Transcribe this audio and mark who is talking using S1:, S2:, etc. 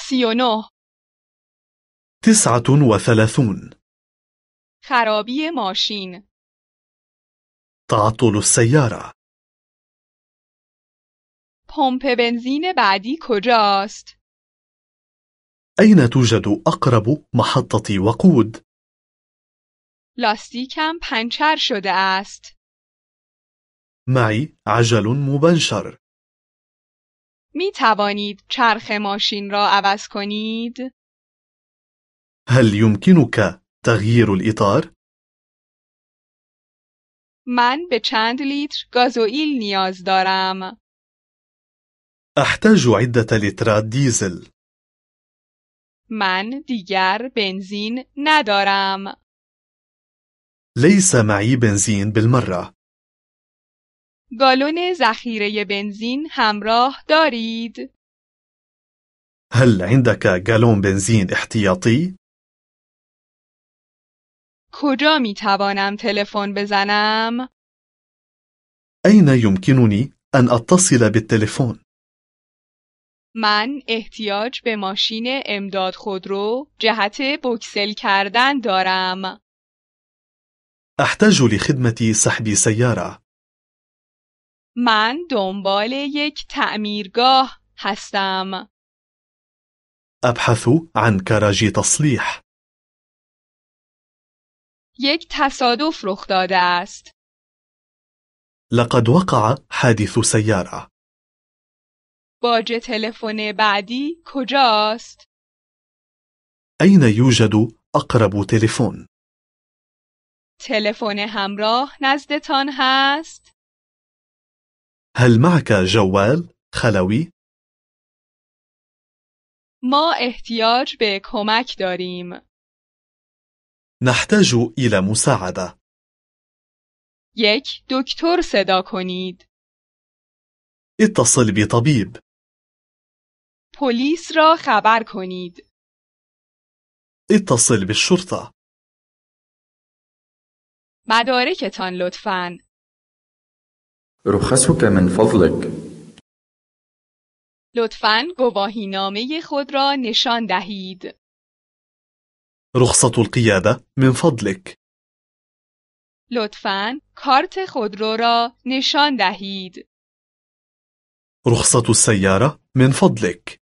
S1: سی و نه
S2: تسعة وثلاثون
S1: خرابی ماشین
S2: تعطل السيارة
S1: پمپ بنزین بعدی کجاست؟
S2: أين توجد أقرب محطة وقود؟
S1: لاستیکم پنچر شده است.
S2: معي عجل مبنشر
S1: می توانید چرخ ماشین را عوض کنید؟
S2: هل يمكنك تغيير الإطار؟
S1: من به چند لیتر گازوئیل نیاز دارم.
S2: أحتاج عدة لترات ديزل
S1: من دیگر بنزین ندارم.
S2: ليس معي بنزين بالمرة
S1: گالون ذخیره بنزین همراه دارید؟
S2: هل عندك جالون بنزين احتياطي؟
S1: کجا می توانم تلفن بزنم؟
S2: أين يمكنني أن أتصل بالتلفون؟
S1: من احتیاج به ماشین امداد خودرو جهت بکسل کردن دارم.
S2: أحتاج لخدمة سحب سيارة
S1: من دنبال یک تعمیرگاه هستم.
S2: أبحث عن كراج تصليح
S1: یک تصادف رخ داده است.
S2: لقد وقع حادث سيارة
S1: باج تلفن بعدی کجاست؟
S2: أين يوجد أقرب تلفون؟
S1: تلفن همراه نزدتان هست؟
S2: هل معك جوال خلوي؟
S1: ما احتیاج به کمک داریم.
S2: نحتاج إلى مساعدة
S1: یک دکتر صدا کنید.
S2: اتصل بطبيب
S1: پلیس را خبر کنید.
S2: اتصل بالشرطة
S1: مدارکتان لطفاً.
S3: رخصك من فضلك
S1: لطفاً گواهینامه خود را نشان دهید.
S2: رخصة القيادة من فضلك
S1: لطفاً کارت خودرو را نشان دهید.
S2: رخصة السيارة من فضلك